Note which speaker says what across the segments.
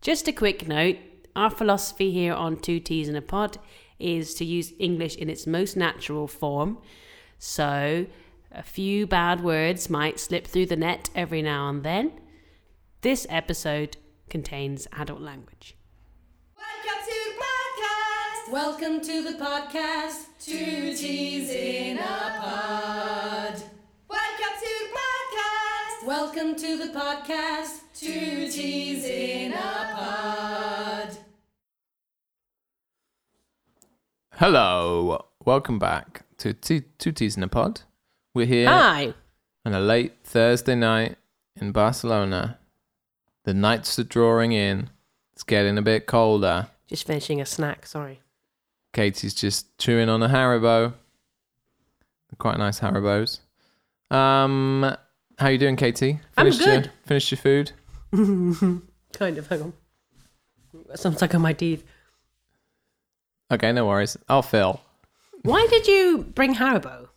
Speaker 1: Just a quick note our philosophy here on Two Teas in a Pod is to use English in its most natural form. So, a few bad words might slip through the net every now and then. This episode contains adult language.
Speaker 2: Welcome to the podcast.
Speaker 3: Welcome to the podcast. Two teas in a pod.
Speaker 2: Welcome to the podcast.
Speaker 3: Welcome to the podcast. Two teas in a pod.
Speaker 4: Hello, welcome back to Two, two Teas in a Pod. We're here
Speaker 1: Hi!
Speaker 4: on a late Thursday night in Barcelona. The nights are drawing in. It's getting a bit colder.
Speaker 1: Just finishing a snack, sorry.
Speaker 4: Katie's just chewing on a Haribo. Quite nice Haribos. Um, how you doing, Katie?
Speaker 1: I'm
Speaker 4: Finished
Speaker 1: good.
Speaker 4: Your, finished your food?
Speaker 1: Kind of, hang on. Got some stuck on my teeth.
Speaker 4: Okay, no worries. I'll fill.
Speaker 1: Why did you bring Haribo?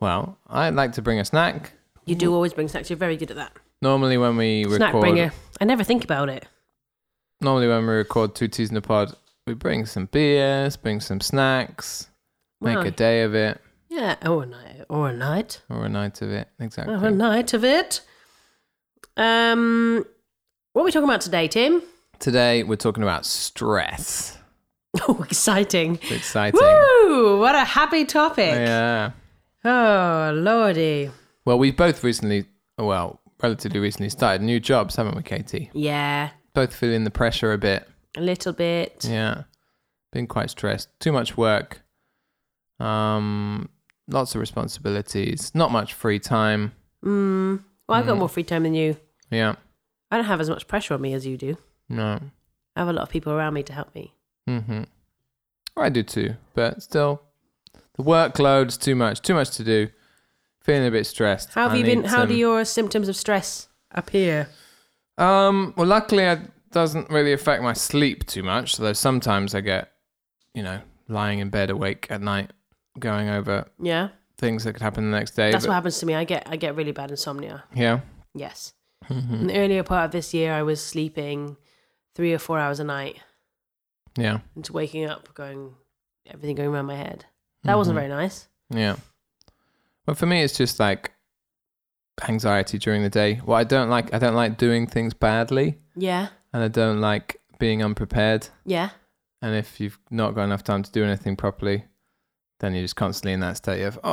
Speaker 4: Well, I'd like to bring a snack.
Speaker 1: You do always bring snacks, you're very good at that.
Speaker 4: Normally when we
Speaker 1: Snack
Speaker 4: record,
Speaker 1: bringer. I never think about it.
Speaker 4: normally when we record two teas in a pod, we bring some beers, bring some snacks,
Speaker 1: Wow.
Speaker 4: make a day of it
Speaker 1: Yeah, or a night. Or a night.
Speaker 4: or a night of it. Exactly.
Speaker 1: Or a night of it. Um, what are we talking about today, Tim?
Speaker 4: Today we're talking about stress.
Speaker 1: Oh, exciting.
Speaker 4: It's exciting.
Speaker 1: Woo! What a happy topic.
Speaker 4: yeah.
Speaker 1: Oh, lordy.
Speaker 4: Well, we've both recently, well, relatively recently started new jobs, haven't we, Katie?
Speaker 1: Yeah,
Speaker 4: Both feeling the pressure a bit.
Speaker 1: a little bit.
Speaker 4: Yeah. Been quite stressed. Too much work. Um, lots of responsibilities. Not much free time.
Speaker 1: Well, I've
Speaker 4: Mm.
Speaker 1: got more free time than you.
Speaker 4: Yeah.
Speaker 1: I don't have as much pressure on me as you do.
Speaker 4: No.
Speaker 1: I have a lot of people around me to help me.
Speaker 4: Mm-hmm. I do too, but still, the workload's too much. Too much to do. Feeling a bit stressed.
Speaker 1: How have
Speaker 4: I
Speaker 1: you been?
Speaker 4: need
Speaker 1: How do
Speaker 4: some-
Speaker 1: your symptoms of stress appear?
Speaker 4: Um. Well, luckily, it doesn't really affect my sleep too much. Though sometimes I get, you know, lying in bed awake at night, going over
Speaker 1: Yeah,
Speaker 4: things that could happen the next day.
Speaker 1: that's
Speaker 4: but-
Speaker 1: what happens to me. I get I get really bad insomnia.
Speaker 4: yeah. Mm-hmm.
Speaker 1: Yes.
Speaker 4: Mm.
Speaker 1: In the earlier part of this year, I was sleeping three or four hours a night
Speaker 4: Yeah.
Speaker 1: and to waking up, going everything going around my head. That wasn't
Speaker 4: Mm-hmm.
Speaker 1: very nice.
Speaker 4: Yeah. Well, for me, it's just like anxiety during the day. Well, I don't like. I don't like doing things badly,
Speaker 1: Yeah,
Speaker 4: and I don't like being unprepared.
Speaker 1: yeah.
Speaker 4: And if you've not got enough time to do anything properly, then you're just constantly in that state of, oh,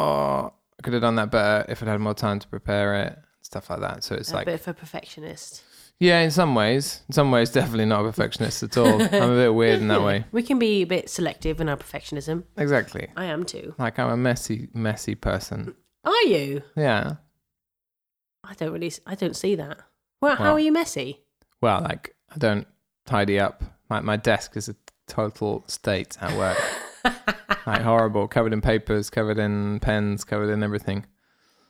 Speaker 4: I could have done that better if I'd had more time to prepare it, stuff like that. So it's
Speaker 1: a
Speaker 4: like,
Speaker 1: bit of a perfectionist.
Speaker 4: yeah, in some ways, in some ways, definitely not a perfectionist at all. I'm a bit weird in that way.
Speaker 1: We can be a bit selective in our perfectionism.
Speaker 4: Exactly.
Speaker 1: I am too.
Speaker 4: Like I'm a messy, messy person.
Speaker 1: Are you?
Speaker 4: Yeah.
Speaker 1: I don't really. s- I don't see that. Well, how
Speaker 4: Well-
Speaker 1: are you messy?
Speaker 4: Well, like I don't tidy up. My, my desk is a total state at work. like horrible, covered in papers, covered in pens, covered in everything.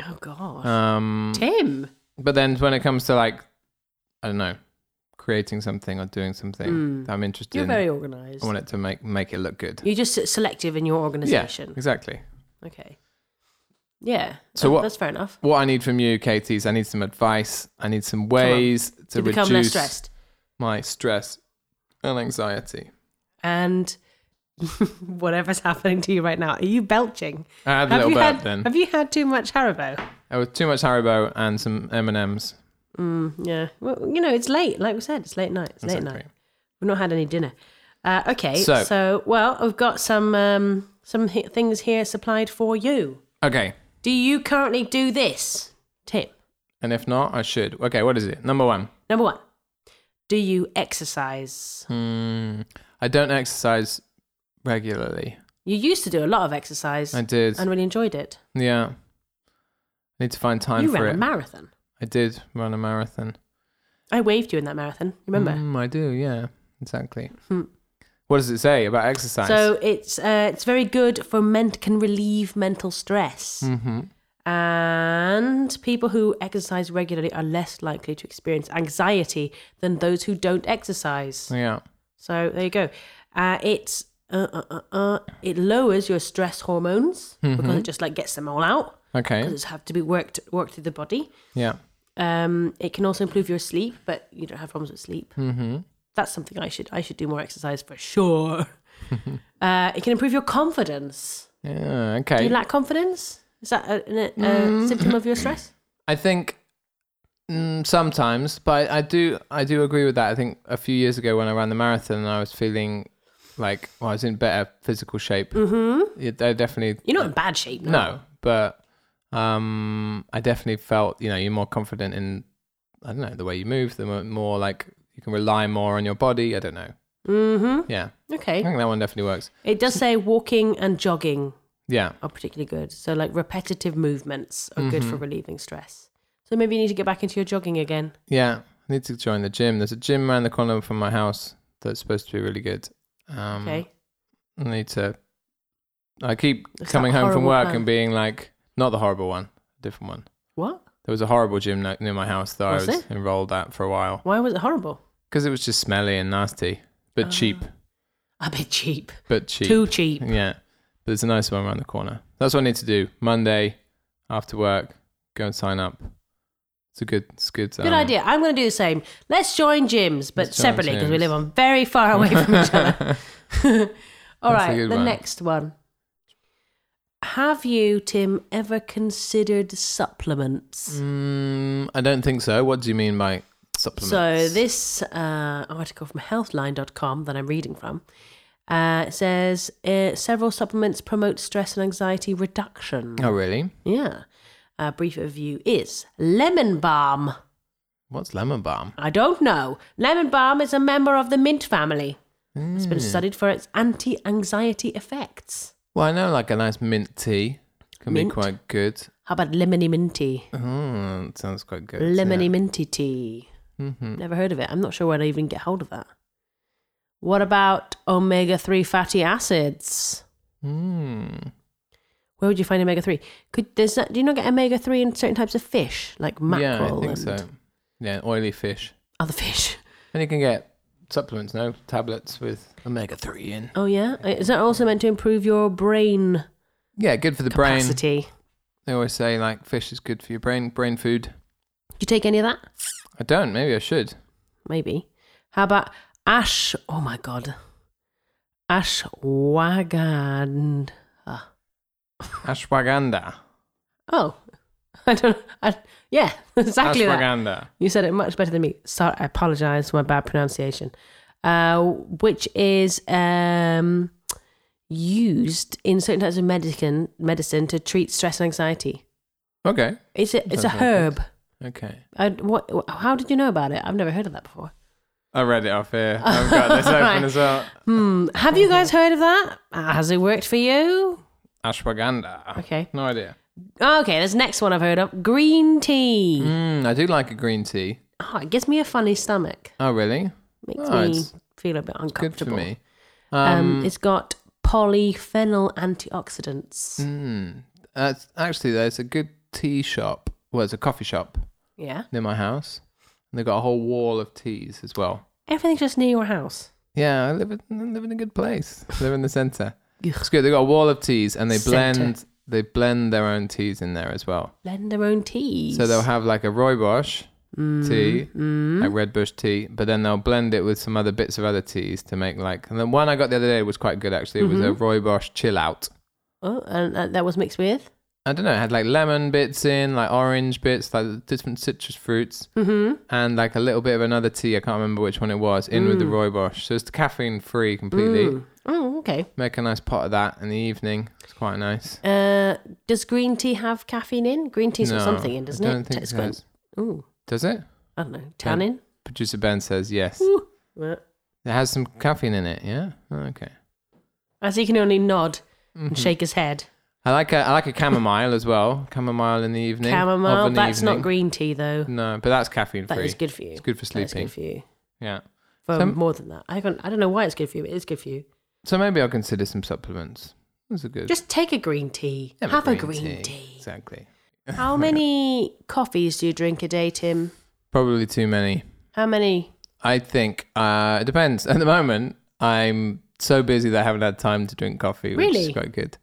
Speaker 1: Oh God,
Speaker 4: Um,
Speaker 1: Tim.
Speaker 4: but then when it comes to like i don't know creating something or doing something that i'm interested
Speaker 1: Mm. Hmm. You're
Speaker 4: in
Speaker 1: very organised.
Speaker 4: i want it to make make it look good
Speaker 1: You're just s- selective in your
Speaker 4: yeah
Speaker 1: organisation.
Speaker 4: exactly
Speaker 1: Okay. Yeah.
Speaker 4: So
Speaker 1: that-
Speaker 4: what-
Speaker 1: That's fair enough.
Speaker 4: what i need from you katie is i need some advice i need some ways to,
Speaker 1: To become
Speaker 4: reduce
Speaker 1: less stressed
Speaker 4: my stress and anxiety
Speaker 1: and whatever's happening to you right now. Are you belching?
Speaker 4: i had a little
Speaker 1: you
Speaker 4: bit
Speaker 1: had?
Speaker 4: then
Speaker 1: Have you had too much Haribo?
Speaker 4: i was too much haribo and some m&ms
Speaker 1: Yeah. Well, you know, it's late. Like we said, it's late night. It's late
Speaker 4: Exactly.
Speaker 1: night. We've not had any dinner. Uh, okay. So,
Speaker 4: So-
Speaker 1: well, I've got some um, some hi- things here supplied for you.
Speaker 4: okay
Speaker 1: Do you currently do this? Tip
Speaker 4: and if not i should okay what is it number one
Speaker 1: number one: Do you exercise?
Speaker 4: Hmm. i don't exercise regularly
Speaker 1: You used to do a lot of exercise
Speaker 4: i did
Speaker 1: and really enjoyed it.
Speaker 4: yeah need to find time
Speaker 1: you
Speaker 4: for
Speaker 1: ran
Speaker 4: it
Speaker 1: a marathon.
Speaker 4: I did run a marathon.
Speaker 1: I waved you in that marathon. Remember? Hmm.
Speaker 4: Mm, I do, yeah, exactly. What does it say about exercise?
Speaker 1: So it's uh, it's very good for men can relieve mental stress.
Speaker 4: Mm-hmm.
Speaker 1: And people who exercise regularly are less likely to experience anxiety than those who don't exercise.
Speaker 4: yeah.
Speaker 1: So there you go. Uh, it's uh, uh, uh, uh, it lowers your stress hormones
Speaker 4: Mm-hmm.
Speaker 1: because it just like gets them all out.
Speaker 4: Okay.
Speaker 1: It's have to be worked worked through the body.
Speaker 4: Yeah.
Speaker 1: Um, it can also improve your sleep, but you don't have problems with sleep. Mm-hmm. that's something I should I should do more exercise for sure. uh, it can improve your confidence.
Speaker 4: Yeah,
Speaker 1: Do
Speaker 4: okay.
Speaker 1: you lack confidence? Is that a, an- a, a symptom of your stress?
Speaker 4: I think mm, sometimes, but I, I do I do agree with that. I think a few years ago when I ran the marathon, I was feeling like well, I was in better physical shape. Mm-hmm. I definitely
Speaker 1: You're not in bad shape. No.
Speaker 4: no, but um, I definitely felt you know you're more confident in I don't know the way you move, the mo- more like you can rely more on your body. I don't know. Mm-hmm. Yeah, I
Speaker 1: Okay.
Speaker 4: think that one definitely works.
Speaker 1: It does say walking and jogging
Speaker 4: Yeah,
Speaker 1: are particularly good. So like repetitive movements are good
Speaker 4: Mm-hmm.
Speaker 1: for relieving stress. So maybe you need to get back into your jogging again.
Speaker 4: yeah. I need to join the gym. There's a gym around the corner from my house that's supposed to be really good. Um,
Speaker 1: Okay.
Speaker 4: I need to. I keep
Speaker 1: It's
Speaker 4: coming
Speaker 1: that
Speaker 4: home from
Speaker 1: horrible
Speaker 4: work
Speaker 1: plan.
Speaker 4: and being like, not the horrible one, different one.
Speaker 1: What?
Speaker 4: There was a horrible gym ne- near my house that
Speaker 1: Was
Speaker 4: I was enrolled at for a while
Speaker 1: Why was it horrible?
Speaker 4: because it was just smelly and nasty, but cheap,
Speaker 1: A bit cheap.
Speaker 4: but cheap.
Speaker 1: Ah. Too cheap.
Speaker 4: Yeah, but there's a nice one around the corner. That's what I need to do Monday after work. Go and sign up. It's a good, it's a good.
Speaker 1: Good
Speaker 4: um,
Speaker 1: idea. I'm going to do the same. Let's join gyms, but
Speaker 4: Let's join
Speaker 1: separately because we
Speaker 4: gyms.
Speaker 1: live on very far away from each other. All
Speaker 4: That's a
Speaker 1: right,
Speaker 4: good
Speaker 1: the
Speaker 4: one.
Speaker 1: next one. Have you, Tim, ever considered supplements?
Speaker 4: Mm, I don't think so. What do you mean by supplements?
Speaker 1: So this uh, article from healthline.com that I'm reading from uh, says uh, several supplements promote stress and anxiety reduction.
Speaker 4: Oh really?
Speaker 1: Yeah. A brief overview is lemon balm.
Speaker 4: What's lemon balm?
Speaker 1: I don't know. Lemon balm is a member of the mint family. It's
Speaker 4: Hmm.
Speaker 1: been studied for its anti anxiety effects.
Speaker 4: Well, I know like a nice mint tea can
Speaker 1: Mint?
Speaker 4: be quite good.
Speaker 1: How about lemony minty?
Speaker 4: Mm, it sounds quite good.
Speaker 1: Lemony minty tea.
Speaker 4: Mm-hmm.
Speaker 1: Never heard of it. I'm not sure where to even get hold of that. What about omega 3 fatty acids?
Speaker 4: yeah. Mm.
Speaker 1: Where would you find omega 3? Could does that, Do you not get omega 3 in certain types of fish, like
Speaker 4: Yeah,
Speaker 1: mackerel
Speaker 4: I think
Speaker 1: and
Speaker 4: so. Yeah, oily fish.
Speaker 1: other fish?
Speaker 4: And you can get supplements, no? Tablets with omega 3 in.
Speaker 1: Oh, yeah? Is that also meant to improve your brain
Speaker 4: Yeah, good for the brain.
Speaker 1: capacity?
Speaker 4: They always say like fish is good for your brain, brain food.
Speaker 1: Do you take any of that?
Speaker 4: I don't, maybe I should.
Speaker 1: maybe. How about Ash? Oh my god, Ashwagandha.
Speaker 4: Ashwagandha.
Speaker 1: Oh, I don't. I, yeah, exactly that.
Speaker 4: Ashwagandha.
Speaker 1: You said it much better than me. Sorry, I apologize for my bad pronunciation. Uh, which is um, used in certain types of medicine medicine to treat stress and anxiety.
Speaker 4: Okay.
Speaker 1: It's a
Speaker 4: Sounds
Speaker 1: it's a
Speaker 4: like it.
Speaker 1: herb.
Speaker 4: Okay.
Speaker 1: I, what? How did you know about it? I've never heard of that before.
Speaker 4: I read it off here. I've got this
Speaker 1: Right.
Speaker 4: open as well.
Speaker 1: Hmm. Have you guys heard of that? Has it worked for you?
Speaker 4: Ashwagandha.
Speaker 1: Okay.
Speaker 4: No idea.
Speaker 1: Okay, this next one I've heard of green tea.
Speaker 4: Mm, I do like a green tea.
Speaker 1: Oh, it gives me a funny stomach.
Speaker 4: Oh, really?
Speaker 1: Makes
Speaker 4: Oh,
Speaker 1: me
Speaker 4: it's
Speaker 1: feel a bit
Speaker 4: Good for
Speaker 1: uncomfortable.
Speaker 4: me.
Speaker 1: Um, it's got polyphenol antioxidants.
Speaker 4: Mm. That's actually there's a good tea shop. Well, it's a coffee shop
Speaker 1: Yeah,
Speaker 4: near my house, and they've got a whole wall of teas as well.
Speaker 1: everything's just near your house.
Speaker 4: Yeah, I live in, I live in a good place. I live in the center. It's good. They've got a wall of teas, and they blend
Speaker 1: Centre.
Speaker 4: they blend their own teas in there as well.
Speaker 1: Blend their own teas.
Speaker 4: So they'll have like a rooibos
Speaker 1: Mm,
Speaker 4: tea, like red bush tea, but then they'll blend it with some other bits of other teas to make like. And then one I got the other day was quite good actually. It was
Speaker 1: Mm-hmm.
Speaker 4: a rooibos chill out.
Speaker 1: oh, and uh, that was mixed with.
Speaker 4: I don't know, it had like lemon bits in, like orange bits, like different citrus fruits, mm-hmm. and like a little bit of another tea. I can't remember which one it was, in with the
Speaker 1: Mm.
Speaker 4: rooibos. So it's caffeine free completely.
Speaker 1: Oh, okay.
Speaker 4: Make a nice pot of that in the evening. It's quite nice.
Speaker 1: Uh, does green tea have caffeine in? Green tea's got
Speaker 4: No,
Speaker 1: something in, doesn't
Speaker 4: I don't
Speaker 1: it?
Speaker 4: Think
Speaker 1: it's
Speaker 4: it
Speaker 1: got-
Speaker 4: has.
Speaker 1: Ooh,
Speaker 4: Does it?
Speaker 1: I don't know. Tannin.
Speaker 4: Producer Ben says yes.
Speaker 1: Well,
Speaker 4: It has some caffeine in it, yeah? Oh, okay.
Speaker 1: As he can only nod
Speaker 4: Mm-hmm.
Speaker 1: and shake his head.
Speaker 4: I like a, I like a chamomile as well. Chamomile in the evening. of
Speaker 1: Chamomile.
Speaker 4: an
Speaker 1: That's not
Speaker 4: evening.
Speaker 1: green tea though.
Speaker 4: No, but that's caffeine free.
Speaker 1: That is good for you.
Speaker 4: It's good for
Speaker 1: That is
Speaker 4: sleeping.
Speaker 1: good for you.
Speaker 4: Yeah.
Speaker 1: For
Speaker 4: Some-
Speaker 1: more than that, I don't. I don't know why it's good for you, but it's good for you.
Speaker 4: So maybe I'll consider some supplements. Those are good.
Speaker 1: Just take a green tea.
Speaker 4: Yeah, but
Speaker 1: Have a green tea.
Speaker 4: Exactly.
Speaker 1: How many coffees do you drink a day, Tim?
Speaker 4: Probably too many.
Speaker 1: How many?
Speaker 4: I think uh, it depends. At the moment, I'm so busy that I haven't had time to drink coffee, which
Speaker 1: Really?
Speaker 4: is quite good.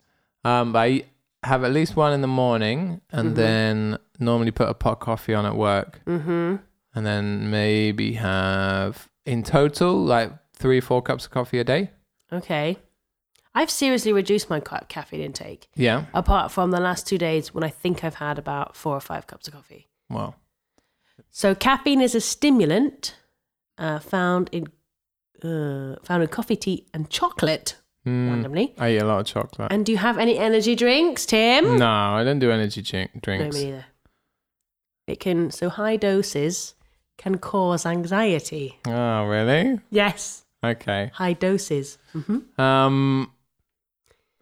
Speaker 4: Um, but I have at least one in the morning, and then
Speaker 1: Mm-hmm.
Speaker 4: normally put a pot of coffee on at work, mm-hmm. and then maybe have in total, like three, four cups of coffee a day.
Speaker 1: Okay. I've seriously reduced my ca- caffeine intake,
Speaker 4: Yeah.
Speaker 1: apart from the last two days when I think I've had about four or five cups of coffee.
Speaker 4: Wow.
Speaker 1: So caffeine is a stimulant uh, found in uh, found in coffee, tea, and chocolate
Speaker 4: Hmm.
Speaker 1: randomly.
Speaker 4: I eat a lot of chocolate.
Speaker 1: And do you have any energy drinks, Tim?
Speaker 4: No, I don't do energy drink-
Speaker 1: No,
Speaker 4: drinks.
Speaker 1: me neither. It can so high doses can cause anxiety.
Speaker 4: oh, really?
Speaker 1: Yes,
Speaker 4: Okay.
Speaker 1: high doses. hmm
Speaker 4: Um.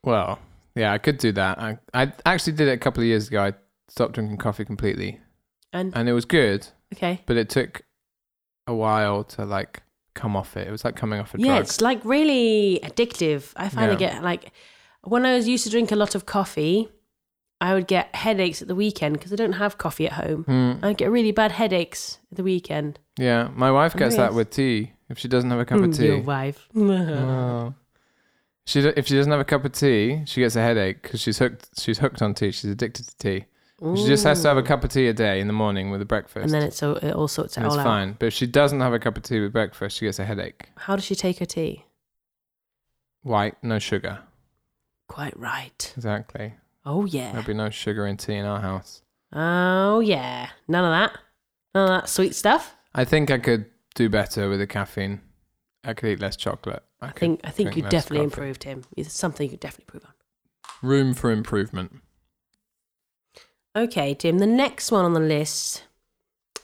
Speaker 4: Well, yeah, I could do that. I I actually did it a couple of years ago. I stopped drinking coffee completely,
Speaker 1: And
Speaker 4: and it was good,
Speaker 1: okay,
Speaker 4: but it took a while to like come off it. It was like coming off a
Speaker 1: yeah,
Speaker 4: drug.
Speaker 1: it's like really addictive. I finally
Speaker 4: Yeah.
Speaker 1: get like when I was used to drink a lot of coffee, I would get headaches at the weekend because I don't have coffee at home.
Speaker 4: Mm,
Speaker 1: I get really bad headaches at the weekend.
Speaker 4: yeah, my wife gets that
Speaker 1: Yes.
Speaker 4: with tea. If she doesn't have a cup of
Speaker 1: Mm, Your
Speaker 4: tea,
Speaker 1: wife.
Speaker 4: oh. she do- if she doesn't have a cup of tea, she gets a headache because she's hooked. She's hooked on tea. She's addicted to tea. She just has to have a cup of tea a day in the morning with a breakfast.
Speaker 1: and then it's all, it all sorts it
Speaker 4: And
Speaker 1: all
Speaker 4: it's
Speaker 1: out.
Speaker 4: fine. But if she doesn't have a cup of tea with breakfast, she gets a headache.
Speaker 1: How does she take her tea?
Speaker 4: White, no sugar.
Speaker 1: Quite right.
Speaker 4: Exactly.
Speaker 1: Oh yeah.
Speaker 4: There'll be no sugar in tea in our house.
Speaker 1: Oh yeah. None of that. None of that sweet stuff.
Speaker 4: I think I could do better with the caffeine. I could eat less chocolate.
Speaker 1: I, think I think you
Speaker 4: less
Speaker 1: definitely
Speaker 4: coffee.
Speaker 1: improved him. It's something you could definitely improve on.
Speaker 4: Room for improvement.
Speaker 1: Okay, Tim. The next one on the list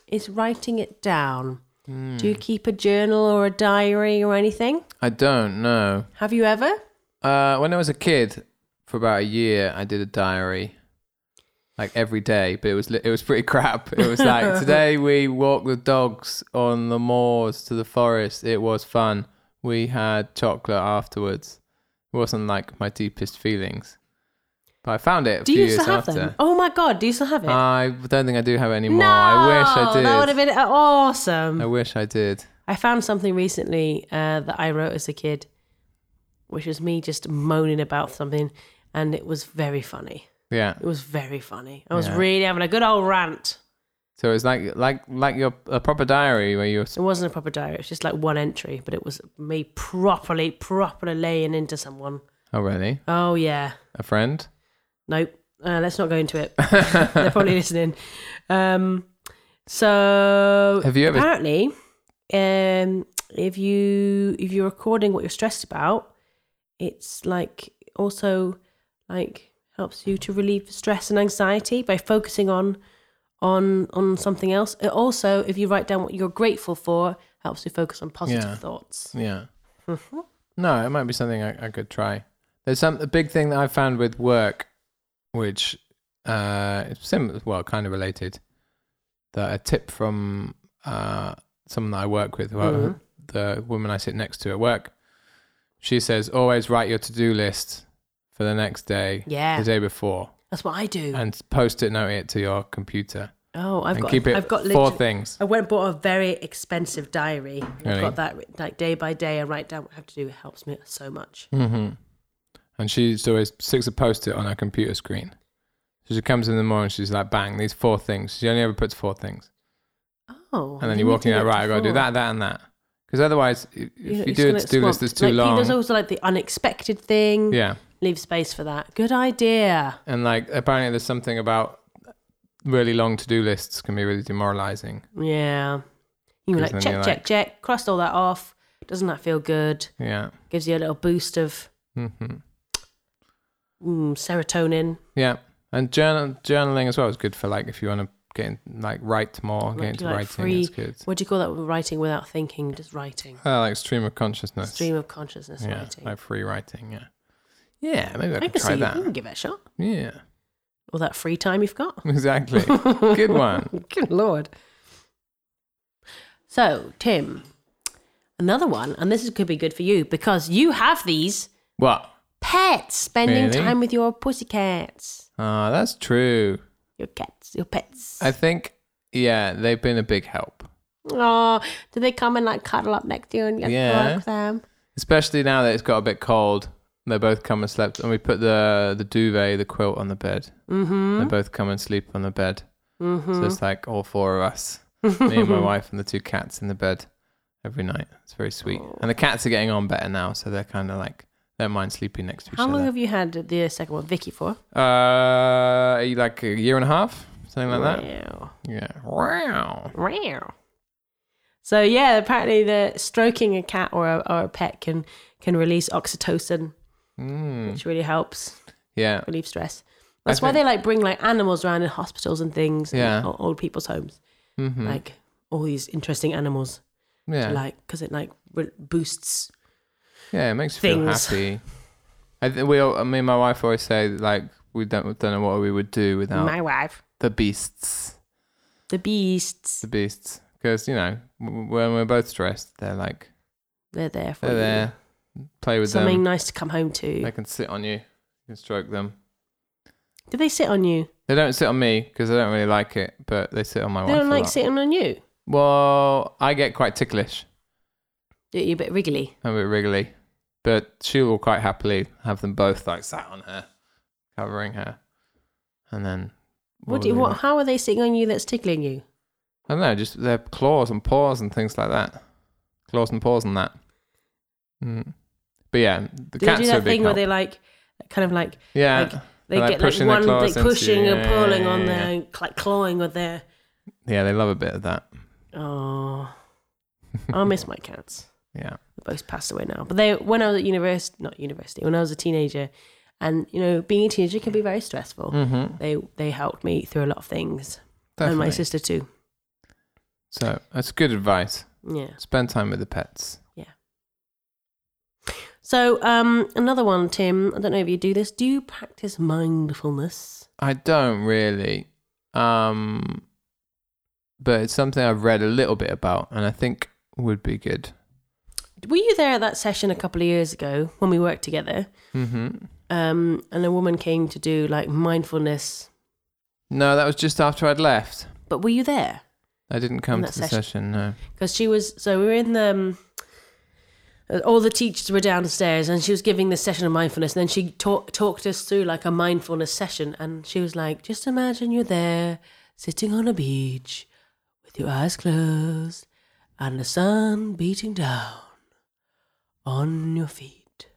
Speaker 1: is writing it down.
Speaker 4: Hmm.
Speaker 1: Do you keep a journal or a diary or anything?
Speaker 4: I don't know.
Speaker 1: Have you ever?
Speaker 4: Uh, when I was a kid, for about a year, I did a diary, like every day. But it was li- it was pretty crap. It was like today we walked the dogs on the moors to the forest. It was fun. We had chocolate afterwards. It wasn't like my deepest feelings, but I found it. A
Speaker 1: Do
Speaker 4: few
Speaker 1: you still
Speaker 4: years
Speaker 1: have
Speaker 4: after.
Speaker 1: them? Oh my god, do you still have it?
Speaker 4: I don't think I do have it anymore.
Speaker 1: no,
Speaker 4: I wish I did.
Speaker 1: That would have been awesome.
Speaker 4: I wish I did.
Speaker 1: I found something recently uh, that I wrote as a kid, which was me just moaning about something, and it was very funny.
Speaker 4: Yeah.
Speaker 1: It was very funny. I was
Speaker 4: Yeah.
Speaker 1: really having a good old rant.
Speaker 4: So it's like like like your a proper diary where you're
Speaker 1: It wasn't a proper diary. It was just like one entry, but it was me properly, properly laying into someone.
Speaker 4: oh really
Speaker 1: Oh yeah,
Speaker 4: a friend.
Speaker 1: nope. Uh, let's not go into it. They're probably listening. Um, so
Speaker 4: Have you ever-
Speaker 1: apparently, um, if you if you're recording what you're stressed about, it's like also like helps you to relieve stress and anxiety by focusing on on on something else. It also, if you write down what you're grateful for, helps you focus on positive
Speaker 4: Yeah.
Speaker 1: thoughts.
Speaker 4: Yeah.
Speaker 1: Mm-hmm.
Speaker 4: No, it might be something I, I could try. There's some a big thing that I found with work, which uh, is similar, well, kind of related. That a tip from uh, someone that I work with, well,
Speaker 1: Mm-hmm.
Speaker 4: the woman I sit next to at work, she says always write your to-do list for the next day,
Speaker 1: Yeah.
Speaker 4: the day before,
Speaker 1: That's what I do.
Speaker 4: and post-it note it to your computer
Speaker 1: oh, I've
Speaker 4: and
Speaker 1: got
Speaker 4: keep it
Speaker 1: I've got
Speaker 4: four
Speaker 1: literally-
Speaker 4: things.
Speaker 1: I went and bought a very expensive diary. I've
Speaker 4: Really?
Speaker 1: got that writ- like day by day. I write down what I have to do. It helps me so much.
Speaker 4: Hmm. And she always sticks a post it on her computer screen. So she comes in the morning, she's like, bang, these four things. She only ever puts four things.
Speaker 1: Oh,
Speaker 4: And then
Speaker 1: I
Speaker 4: you're
Speaker 1: didn't
Speaker 4: walking out,
Speaker 1: do that
Speaker 4: right, i got to do
Speaker 1: before.
Speaker 4: that, that, and that. Because otherwise, i-
Speaker 1: know,
Speaker 4: if you
Speaker 1: it's
Speaker 4: do a
Speaker 1: gonna
Speaker 4: to do list
Speaker 1: swamp-
Speaker 4: that's too
Speaker 1: like,
Speaker 4: long.
Speaker 1: There's also like the unexpected thing.
Speaker 4: yeah.
Speaker 1: Leave space for that. Good idea.
Speaker 4: And like, apparently, there's something about really long to do lists can be really demoralizing.
Speaker 1: Yeah. You can be
Speaker 4: 'Cause
Speaker 1: like
Speaker 4: then
Speaker 1: check,
Speaker 4: you're
Speaker 1: check,
Speaker 4: like-
Speaker 1: check. Crossed all that off. Doesn't that feel good?
Speaker 4: Yeah.
Speaker 1: Gives you a little boost of
Speaker 4: hmm
Speaker 1: mm, serotonin.
Speaker 4: Yeah. And journal, journaling as well is good for like, if you want to get in, like, write more, get
Speaker 1: Like,
Speaker 4: into
Speaker 1: you're, like,
Speaker 4: writing,
Speaker 1: free-
Speaker 4: it's good.
Speaker 1: What do you call that? Writing without thinking, just writing.
Speaker 4: Uh, like, stream of consciousness.
Speaker 1: Stream of consciousness
Speaker 4: yeah.
Speaker 1: writing.
Speaker 4: Like, free writing. Yeah. Yeah. Maybe I,
Speaker 1: I
Speaker 4: could
Speaker 1: can
Speaker 4: try
Speaker 1: see
Speaker 4: that.
Speaker 1: you can give it a shot.
Speaker 4: Yeah,
Speaker 1: All that free time you've got.
Speaker 4: exactly. Good one.
Speaker 1: Good lord. So, Tim, another one, and this is- could be good for you because you have these
Speaker 4: What?
Speaker 1: pets spending
Speaker 4: Really?
Speaker 1: time with your pussycats,
Speaker 4: Ah, that's true.
Speaker 1: your cats, your pets.
Speaker 4: I think, yeah, they've been a big help,
Speaker 1: Oh, do they come and like cuddle up next to you and you
Speaker 4: Yeah.
Speaker 1: yeah. hug them?
Speaker 4: especially now that it's got a bit cold. They both come and slept, and we put the the duvet, the quilt on the bed. Mm-hmm. They both come and sleep on the bed. Mm-hmm. So it's like all four of us, me and my wife and the two cats in the bed, every night. It's very sweet.
Speaker 1: Oh.
Speaker 4: And the cats are getting on better now, so they're kind of like they don't mind sleeping next to each
Speaker 1: How long
Speaker 4: other.
Speaker 1: have you had the second one, Vicky, for?
Speaker 4: uh, like a year and a half, something like that.
Speaker 1: Wow.
Speaker 4: Yeah. Wow.
Speaker 1: Wow. So yeah, apparently the stroking a cat or a, or a pet can can release oxytocin,
Speaker 4: Mm.
Speaker 1: which really helps
Speaker 4: Yeah.
Speaker 1: relieve stress.
Speaker 4: I
Speaker 1: That's why
Speaker 4: think-
Speaker 1: they like bring like animals around in hospitals and things, and
Speaker 4: Yeah.
Speaker 1: o- old people's homes,
Speaker 4: Mm-hmm.
Speaker 1: like all these interesting animals,
Speaker 4: yeah.
Speaker 1: to, like because it like re- boosts.
Speaker 4: Yeah, it makes you feel
Speaker 1: things.
Speaker 4: happy. I th- we, all, me and my wife always say like we don't don't know what we would do without
Speaker 1: My wife,
Speaker 4: the beasts,
Speaker 1: the beasts,
Speaker 4: the beasts, because you know w- when we're both stressed, they're like
Speaker 1: they're there for
Speaker 4: they're
Speaker 1: you.
Speaker 4: there, play with
Speaker 1: Oh, Something
Speaker 4: them,
Speaker 1: nice to come home to.
Speaker 4: they can sit on you, you can stroke them.
Speaker 1: Do they sit on you?
Speaker 4: They don't sit on me because I don't really like it, but they sit on my
Speaker 1: They
Speaker 4: wife.
Speaker 1: don't
Speaker 4: a
Speaker 1: like
Speaker 4: lot.
Speaker 1: sitting on you.
Speaker 4: Well, I get quite ticklish
Speaker 1: You're a bit wriggly.
Speaker 4: a bit wriggly, but she will quite happily have them both like sat on her, covering her, and then.
Speaker 1: What
Speaker 4: we'll
Speaker 1: do you,
Speaker 4: leave
Speaker 1: what?
Speaker 4: them.
Speaker 1: How are they sitting on you? That's tickling you.
Speaker 4: I don't know, just their claws and paws and things like that. Claws and paws and that. Mm. But yeah, the
Speaker 1: Do they
Speaker 4: cats
Speaker 1: do
Speaker 4: are a
Speaker 1: that
Speaker 4: big
Speaker 1: thing where
Speaker 4: help.
Speaker 1: they like, kind of like
Speaker 4: yeah,
Speaker 1: like, they
Speaker 4: They're, like,
Speaker 1: get like
Speaker 4: pushing their
Speaker 1: one
Speaker 4: claws
Speaker 1: like
Speaker 4: into
Speaker 1: pushing
Speaker 4: you.
Speaker 1: and
Speaker 4: Yeah,
Speaker 1: pulling
Speaker 4: yeah,
Speaker 1: on
Speaker 4: yeah,
Speaker 1: their like clawing with their
Speaker 4: yeah, they love a bit of that.
Speaker 1: oh I miss my cats.
Speaker 4: Yeah,
Speaker 1: They both passed away now. But they when I was at university not university, when I was a teenager and you know, being a teenager can be very stressful.
Speaker 4: Mhm.
Speaker 1: They they helped me through a lot of things. And my
Speaker 4: definitely.
Speaker 1: sister too.
Speaker 4: so that's good advice.
Speaker 1: Yeah.
Speaker 4: Spend time with the pets.
Speaker 1: So um another one, Tim, I don't know if you do this. Do you practice mindfulness?
Speaker 4: I don't really, um, but it's something I've read a little bit about, and I think would be good.
Speaker 1: Were you there at that session a couple of years ago when we worked together?
Speaker 4: hmm
Speaker 1: Um, and a woman came to do like mindfulness.
Speaker 4: No, that was just after I'd left.
Speaker 1: But were you there?
Speaker 4: I didn't come
Speaker 1: that
Speaker 4: to the
Speaker 1: session.
Speaker 4: session. No.
Speaker 1: because she was so we were in the um, uh, all the teachers were downstairs and she was giving this session of mindfulness and then she talk, talked us through like a mindfulness session and she was like just imagine you're there sitting on a beach with your eyes closed and the sun beating down on your feet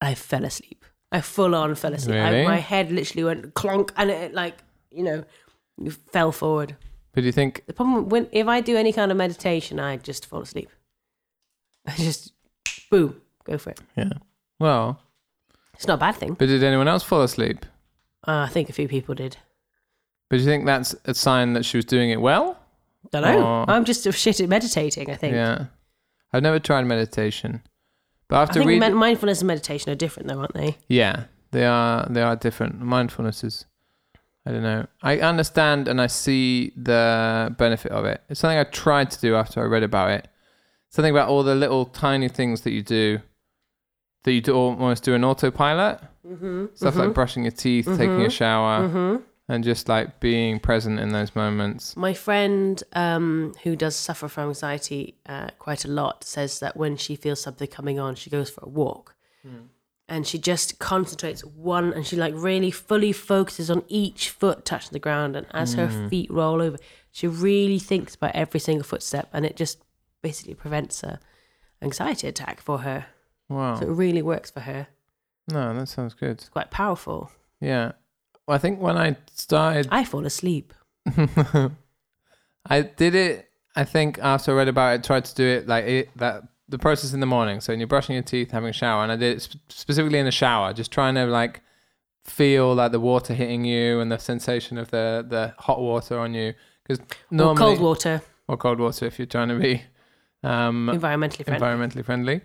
Speaker 1: i fell asleep i full on fell asleep I,
Speaker 4: Really?
Speaker 1: my head literally went clonk and it like you know fell forward
Speaker 4: But do you think
Speaker 1: the problem with when if I do any kind of meditation, I just fall asleep. I just boom, go for it.
Speaker 4: Yeah. Well,
Speaker 1: It's not a bad thing.
Speaker 4: but did anyone else fall asleep?
Speaker 1: Uh, I think a few people did.
Speaker 4: But do you think that's a sign that she was doing it well?
Speaker 1: Don't know.
Speaker 4: Oh.
Speaker 1: I'm just a shit at meditating. I think.
Speaker 4: Yeah. I've never tried meditation, but
Speaker 1: I
Speaker 4: after
Speaker 1: think
Speaker 4: reading,
Speaker 1: men- mindfulness and meditation are different, though, aren't they?
Speaker 4: yeah, they are they are different. Mindfulness is, I don't know. I understand and I see the benefit of it. It's something I tried to do after I read about it. Something about all the little tiny things that you do, that you do almost do an autopilot. Mm-hmm, Stuff like brushing your teeth, taking a shower, and just like being present in those moments.
Speaker 1: My friend, um, who does suffer from anxiety uh, quite a lot, says that when she feels something coming on, she goes for a walk,
Speaker 4: Hmm.
Speaker 1: and she just concentrates one, and she like really fully focuses on each foot touching the ground, and as
Speaker 4: Hmm.
Speaker 1: her feet roll over, she really thinks about every single footstep, and it just basically prevents a anxiety attack for her.
Speaker 4: Wow.
Speaker 1: So it really works for her.
Speaker 4: No, that sounds good.
Speaker 1: It's quite powerful.
Speaker 4: Yeah. Well, I think when I started,
Speaker 1: I fall asleep.
Speaker 4: I did it. I think after I read about it, tried to do it like it, that. The process in the morning. So when you're brushing your teeth, having a shower, and I did it sp- specifically in the shower, just trying to like feel like the water hitting you and the sensation of the the hot water on you. Because normally
Speaker 1: or cold water,
Speaker 4: or cold water if you're trying to be um,
Speaker 1: environmentally friendly.
Speaker 4: environmentally friendly.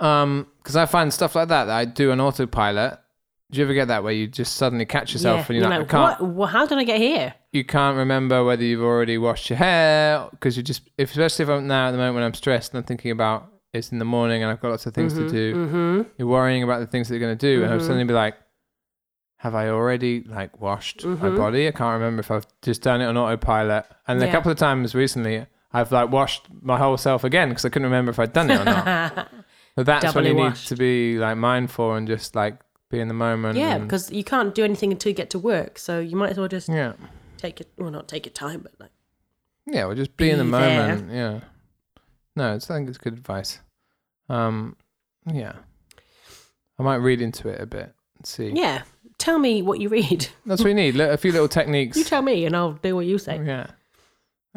Speaker 4: Um, because I find stuff like that that I do on autopilot. Do you ever get that where you just suddenly catch yourself and you're, like, I can't,
Speaker 1: what? Well, how did I get here?
Speaker 4: you can't remember whether you've already washed your hair because you just, if, especially if I'm now at the moment when I'm stressed and I'm thinking about it's in the morning and I've got lots of things to do.
Speaker 1: Mm-hmm.
Speaker 4: You're worrying about the things that you're going to do, and I'll suddenly be like, have I already like washed my body? I can't remember if I've just done it on autopilot. And a
Speaker 1: Mm-hmm. Yeah.
Speaker 4: couple of times recently, I've like washed my whole self again because I couldn't remember if I'd done it or not. But that's
Speaker 1: Doubly
Speaker 4: when you
Speaker 1: washed.
Speaker 4: need to be like mindful and just like be in the moment.
Speaker 1: Yeah,
Speaker 4: and- um,
Speaker 1: because you can't do anything until you get to work. So you might as well just
Speaker 4: yeah,
Speaker 1: take it. Well, not take your time, but like
Speaker 4: yeah, well, just be,
Speaker 1: Be
Speaker 4: in the
Speaker 1: there.
Speaker 4: moment. Yeah, No, it's, I think it's good advice. Um, yeah, I might read into it a bit. And see,
Speaker 1: Yeah. Tell me what you read.
Speaker 4: that's what we need. li- A few little techniques.
Speaker 1: You tell me and I'll do what you say.
Speaker 4: yeah.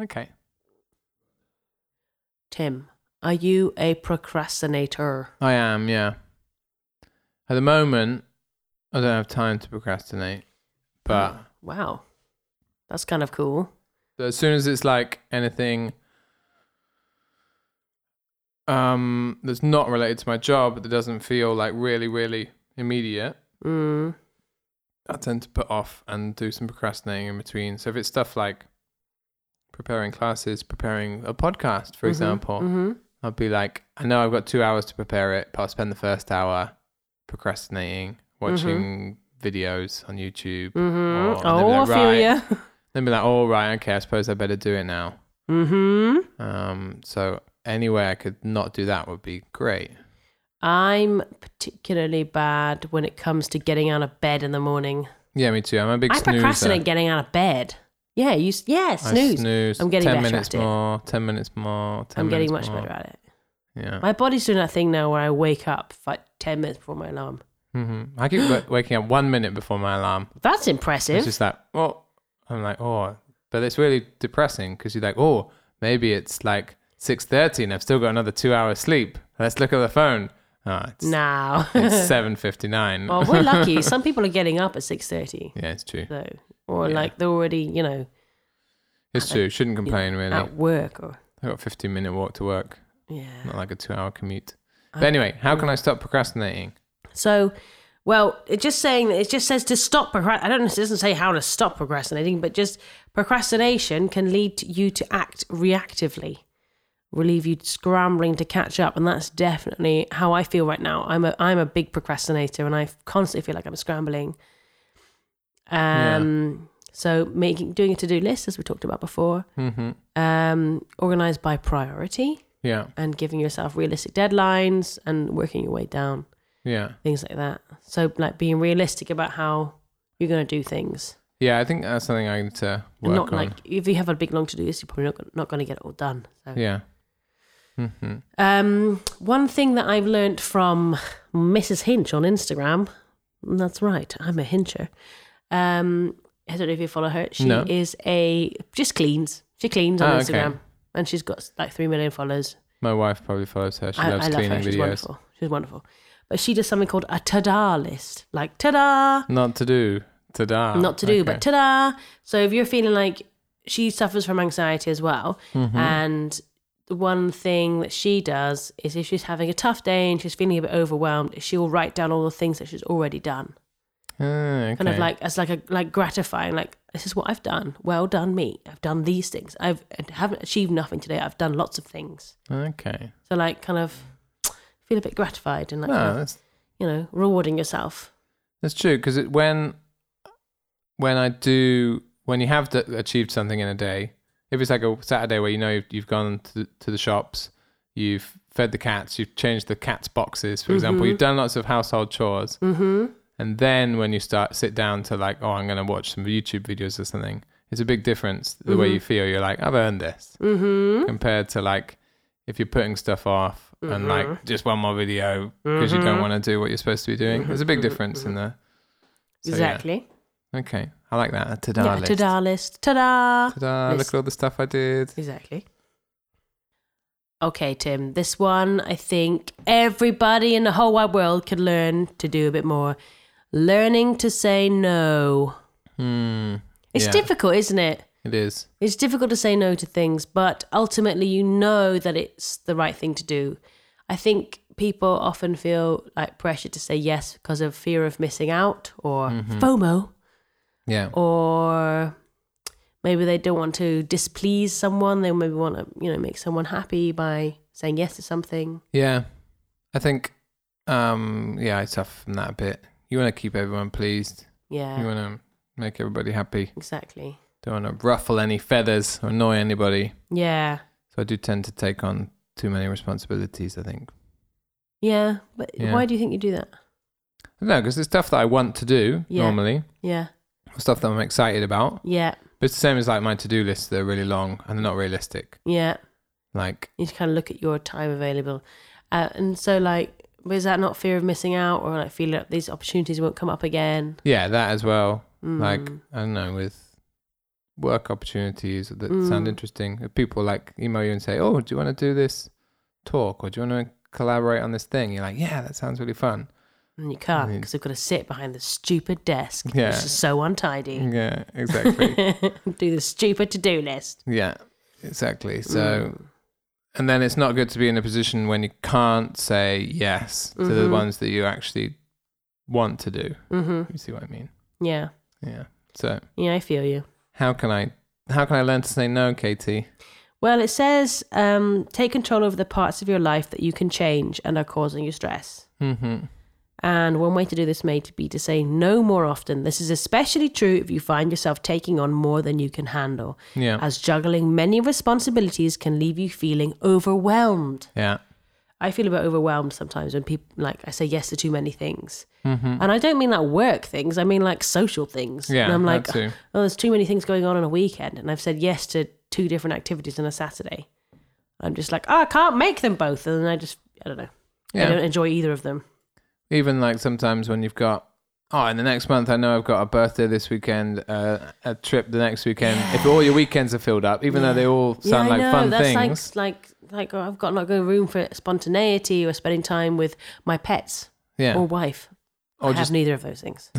Speaker 4: Okay.
Speaker 1: Tim, are you a procrastinator?
Speaker 4: I am, yeah. At the moment, I don't have time to procrastinate. But
Speaker 1: Mm, Wow. That's kind of cool.
Speaker 4: as soon as it's like anything um that's not related to my job that doesn't feel like really, really immediate,
Speaker 1: Mm.
Speaker 4: I tend to put off and do some procrastinating in between. So if it's stuff like preparing classes, preparing a podcast, for example,
Speaker 1: hmm
Speaker 4: I'll be like, I know I've got two hours to prepare it, but I'll spend the first hour procrastinating, watching videos on YouTube.
Speaker 1: Mm-hmm.
Speaker 4: Oh, and
Speaker 1: Oh,
Speaker 4: they'll
Speaker 1: I
Speaker 4: be like,
Speaker 1: feel ya.
Speaker 4: Then be like, all right, okay, I suppose I better do it now.
Speaker 1: Mm-hmm.
Speaker 4: Um, so any way I could not do that would be great.
Speaker 1: I'm particularly bad when it comes to getting out of bed in the morning.
Speaker 4: Yeah, me too. I'm a big
Speaker 1: I
Speaker 4: snoozer.
Speaker 1: procrastinate getting out of bed. Yeah, you. s- Yeah,
Speaker 4: I
Speaker 1: snooze.
Speaker 4: snooze.
Speaker 1: I'm getting
Speaker 4: ten
Speaker 1: better
Speaker 4: minutes
Speaker 1: at it.
Speaker 4: more. Ten minutes more. 10
Speaker 1: I'm getting
Speaker 4: minutes
Speaker 1: much
Speaker 4: more.
Speaker 1: better at it.
Speaker 4: Yeah.
Speaker 1: My body's doing that thing now where I wake up like ten minutes before my alarm.
Speaker 4: hmm I keep wa- waking up one minute before my alarm.
Speaker 1: That's
Speaker 4: It's
Speaker 1: impressive.
Speaker 4: just like, oh, I'm like, oh, but it's really depressing because you're like, oh, maybe it's like six thirty and I've still got another two hours sleep. Let's look at the phone. Oh, it's,
Speaker 1: now,
Speaker 4: it's seven fifty nine.
Speaker 1: well, we're lucky. Some people are getting up at six thirty,
Speaker 4: yeah, it's true.
Speaker 1: though, or like they're already, you know,
Speaker 4: It's true. Shouldn't complain really.
Speaker 1: at work or
Speaker 4: I got a fifteen minute walk to work,
Speaker 1: yeah.
Speaker 4: not like a two hour commute. But anyway, how can I stop procrastinating?
Speaker 1: So, well, it's just saying that it just says to stop procrastinating. I don't know, it doesn't say how to stop procrastinating, but just procrastination can lead to you to act reactively, will leave you scrambling to catch up. And that's definitely how I feel right now. I'm a, I'm a big procrastinator and I constantly feel like I'm scrambling. Um, So, making doing a to do list, as we talked about before,
Speaker 4: Mm-hmm.
Speaker 1: um, organized by priority
Speaker 4: Yeah,
Speaker 1: and giving yourself realistic deadlines and working your way down
Speaker 4: yeah,
Speaker 1: things like that. So like being realistic about how you're going to do things,
Speaker 4: yeah. I think that's something I need to
Speaker 1: and
Speaker 4: work
Speaker 1: not
Speaker 4: on.
Speaker 1: like if you have a big long to do list, you're probably not gonna- not going to get it all done. So.
Speaker 4: yeah. Mm-hmm.
Speaker 1: Um, one thing that I've learnt from Mrs. Hinch on Instagram, and that's right, I'm a hincher. Um, I don't know if you follow her. She
Speaker 4: No.
Speaker 1: is a just cleans. She cleans on
Speaker 4: Ah, okay.
Speaker 1: Instagram, and she's got like three million followers.
Speaker 4: My wife probably follows her. She loves cleaning
Speaker 1: She's
Speaker 4: videos.
Speaker 1: wonderful. She's wonderful. But she does something called a ta-da list, like ta-da.
Speaker 4: Not to do. Ta da.
Speaker 1: not to do, but ta-da. So if you're feeling like she suffers from anxiety as well,
Speaker 4: Mm-hmm.
Speaker 1: and the one thing that she does is if she's having a tough day and she's feeling a bit overwhelmed, she'll write down all the things that she's already done,
Speaker 4: Ah,
Speaker 1: kind of
Speaker 4: okay.
Speaker 1: like as like a like gratifying, like this is what I've done. Well done, me. I've done these things. I've I haven't achieved nothing today. I've done lots of things.
Speaker 4: Okay.
Speaker 1: So like kind of feel a bit gratified and like
Speaker 4: No,
Speaker 1: kind of,
Speaker 4: Ah, that's
Speaker 1: you know rewarding yourself.
Speaker 4: that's true because when when I do when you have d achieved something in a day, if it's like a Saturday where you know you've, you've gone to the, to the shops, you've fed the cats, you've changed the cats' boxes, for example, you've done lots of household chores, mm-hmm. and then when you start sit down to like, oh, I'm going to watch some YouTube videos or something, it's a big difference the way you feel. You're like, I've earned this, mm-hmm. Mm-hmm. compared to like if you're putting stuff off and like just one more video because you don't want to do what you're supposed to be doing. There's a big difference in there. So, yeah.
Speaker 1: exactly.
Speaker 4: Okay, I like that. Ta-da
Speaker 1: Yeah,
Speaker 4: list.
Speaker 1: ta-da list. Ta-da.
Speaker 4: Ta-da, Look
Speaker 1: list.
Speaker 4: at all the stuff I did.
Speaker 1: Exactly. Okay, Tim, this one I think everybody in the whole wide world could learn to do a bit more. Learning to say no.
Speaker 4: Hmm.
Speaker 1: It's
Speaker 4: Yeah,
Speaker 1: difficult, isn't it?
Speaker 4: It is.
Speaker 1: It's difficult to say no to things, but ultimately you know that it's the right thing to do. I think people often feel like pressure to say yes because of fear of missing out or FOMO
Speaker 4: Yeah.
Speaker 1: or maybe they don't want to displease someone. They maybe want to, you know, make someone happy by saying yes to something.
Speaker 4: Yeah. I think. Um. Yeah, I suffer from that a bit. You want to keep everyone pleased.
Speaker 1: Yeah,
Speaker 4: You want to make everybody happy.
Speaker 1: exactly.
Speaker 4: Don't want to ruffle any feathers or annoy anybody.
Speaker 1: Yeah,
Speaker 4: So I do tend to take on too many responsibilities. I think.
Speaker 1: yeah. But
Speaker 4: Yeah.
Speaker 1: why do you think you do that?
Speaker 4: No, because it's stuff that I want to do
Speaker 1: Yeah.
Speaker 4: normally,
Speaker 1: Yeah,
Speaker 4: stuff that I'm excited about.
Speaker 1: yeah,
Speaker 4: But it's the same as like my to-do lists. They're really long and they're not realistic.
Speaker 1: yeah.
Speaker 4: Like,
Speaker 1: You just kind of look at your time available. Uh, and so, like, is that not fear of missing out or like feeling that these opportunities won't come up again? Mm,
Speaker 4: yeah, that as well. Like, I don't know, with work opportunities that sound interesting. If people like email you and say, "Oh, do you want to do this talk or do you want to collaborate on this thing?" You're like, "Yeah, that sounds really fun."
Speaker 1: And you can't because I've got to sit behind the stupid desk.
Speaker 4: Yeah. Mm.
Speaker 1: This is so untidy.
Speaker 4: Yeah, exactly.
Speaker 1: Do the stupid to do list.
Speaker 4: Yeah, exactly. So, and then it's not good to be in a position when you can't say yes to the ones that you actually want to do. Mm-hmm. You see what I mean?
Speaker 1: Yeah.
Speaker 4: Yeah. So,
Speaker 1: Yeah, I feel you.
Speaker 4: how can I? How can I learn to say no, Katie?
Speaker 1: Well, it says um, take control over the parts of your life that you can change and are causing you stress.
Speaker 4: Mm-hmm.
Speaker 1: And one way to do this may be to say no more often. This is especially true if you find yourself taking on more than you can handle,
Speaker 4: Yeah.
Speaker 1: as juggling many responsibilities can leave you feeling overwhelmed.
Speaker 4: yeah.
Speaker 1: I feel a bit overwhelmed sometimes when people like I say yes to too many things, and I don't mean like work things. I mean like social things.
Speaker 4: Mm-hmm. Yeah,
Speaker 1: and I'm
Speaker 4: that
Speaker 1: like,
Speaker 4: too.
Speaker 1: oh, there's too many things going on on a weekend, and I've said yes to two different activities on a Saturday. I'm just like, oh, I can't make them both, and I just I don't know. I
Speaker 4: Yeah.
Speaker 1: don't enjoy either of them.
Speaker 4: Even like sometimes when you've got. Oh, in the next month, I know I've got a birthday this weekend, uh, a trip the next weekend. If all your weekends are filled up, even though they all sound
Speaker 1: yeah, I
Speaker 4: like
Speaker 1: know.
Speaker 4: fun
Speaker 1: That's
Speaker 4: things,
Speaker 1: like like like oh, I've got not got room for spontaneity or spending time with my pets
Speaker 4: yeah,
Speaker 1: or
Speaker 4: or,
Speaker 1: wife. I have
Speaker 4: just
Speaker 1: neither of those things.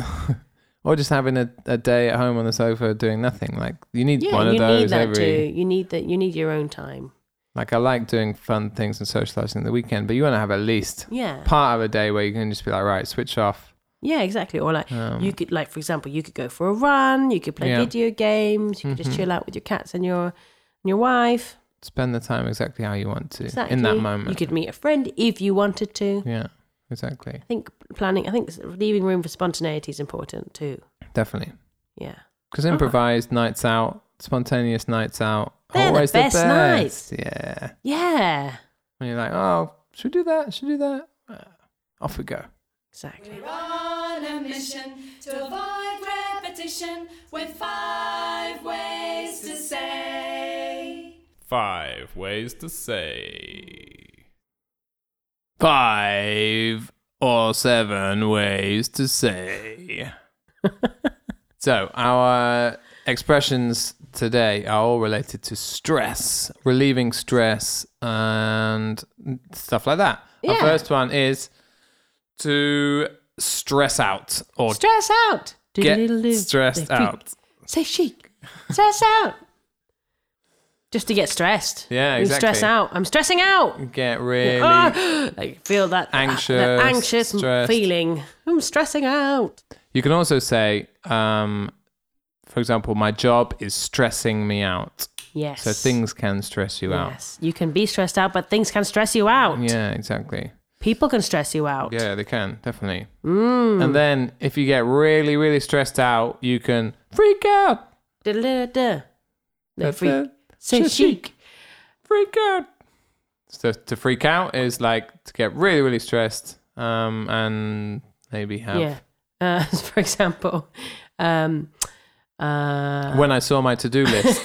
Speaker 4: or just having a, a day at home on the sofa doing nothing. Like you need
Speaker 1: Yeah,
Speaker 4: one of
Speaker 1: you
Speaker 4: those
Speaker 1: need that
Speaker 4: every.
Speaker 1: too. You need that. You need your own time.
Speaker 4: Like I like doing fun things and socializing the weekend, but you want to have at least
Speaker 1: Yeah.
Speaker 4: part of a day where you can just be like, right, switch off.
Speaker 1: Yeah, exactly. Or like
Speaker 4: Um,
Speaker 1: you could like for example, you could go for a run, you could play
Speaker 4: Yeah. Mm-hmm.
Speaker 1: video games, you could just chill out with your cats and your and your wife.
Speaker 4: Spend the time exactly how you want to
Speaker 1: Exactly.
Speaker 4: in that moment.
Speaker 1: You could meet a friend if you wanted to.
Speaker 4: yeah, exactly,
Speaker 1: I think planning I think leaving room for spontaneity is important too.
Speaker 4: definitely.
Speaker 1: Yeah.
Speaker 4: Because
Speaker 1: Ah.
Speaker 4: improvised nights out, spontaneous nights out,
Speaker 1: They're the
Speaker 4: always
Speaker 1: best nights.
Speaker 4: Yeah,
Speaker 1: Yeah.
Speaker 4: when you're like, oh, should we do that? Should we do that? Uh, off we go.
Speaker 1: Exactly.
Speaker 3: We're on a mission to avoid repetition with five ways to say.
Speaker 5: Five ways to say.
Speaker 4: five or seven ways to say. so, our expressions today are all related to stress, relieving stress, and stuff like that. Our
Speaker 1: Yeah.
Speaker 4: first one is to stress out or
Speaker 1: Stress out.
Speaker 4: get
Speaker 1: Doodle-doo.
Speaker 4: stressed
Speaker 1: Say freak.
Speaker 4: out.
Speaker 1: Say chic. Stress out. Just to get stressed.
Speaker 4: Yeah,
Speaker 1: You stress
Speaker 4: exactly.
Speaker 1: out. I'm stressing out.
Speaker 4: Get really.
Speaker 1: Ah, like feel that that-
Speaker 4: Anxious,
Speaker 1: that anxious m-
Speaker 4: stressed.
Speaker 1: feeling. I'm stressing out.
Speaker 4: You can also say, um, for example, my job is stressing me out.
Speaker 1: Yes.
Speaker 4: So things can stress you out.
Speaker 1: Yes, you can be stressed out, but things can stress you out.
Speaker 4: Yeah, exactly.
Speaker 1: People can stress you out.
Speaker 4: Yeah, they can definitely.
Speaker 1: Mm.
Speaker 4: And then if you get really, really stressed out, you can freak out.
Speaker 1: Da-da-da. No,
Speaker 4: That's
Speaker 1: freak.
Speaker 4: it.
Speaker 1: Say
Speaker 4: Chic.
Speaker 1: chic.
Speaker 4: Freak out. So to freak out is like to get really, really stressed, um, and maybe have.
Speaker 1: Yeah. Uh, for example, um, uh,
Speaker 4: When I saw my to-do list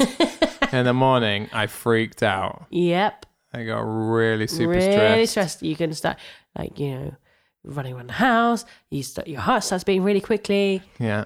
Speaker 4: in the morning, I freaked out.
Speaker 1: yep,
Speaker 4: I got really super
Speaker 1: really
Speaker 4: stressed.
Speaker 1: stressed. You can start like you know running around the house. You start, your heart starts beating really quickly.
Speaker 4: Yeah.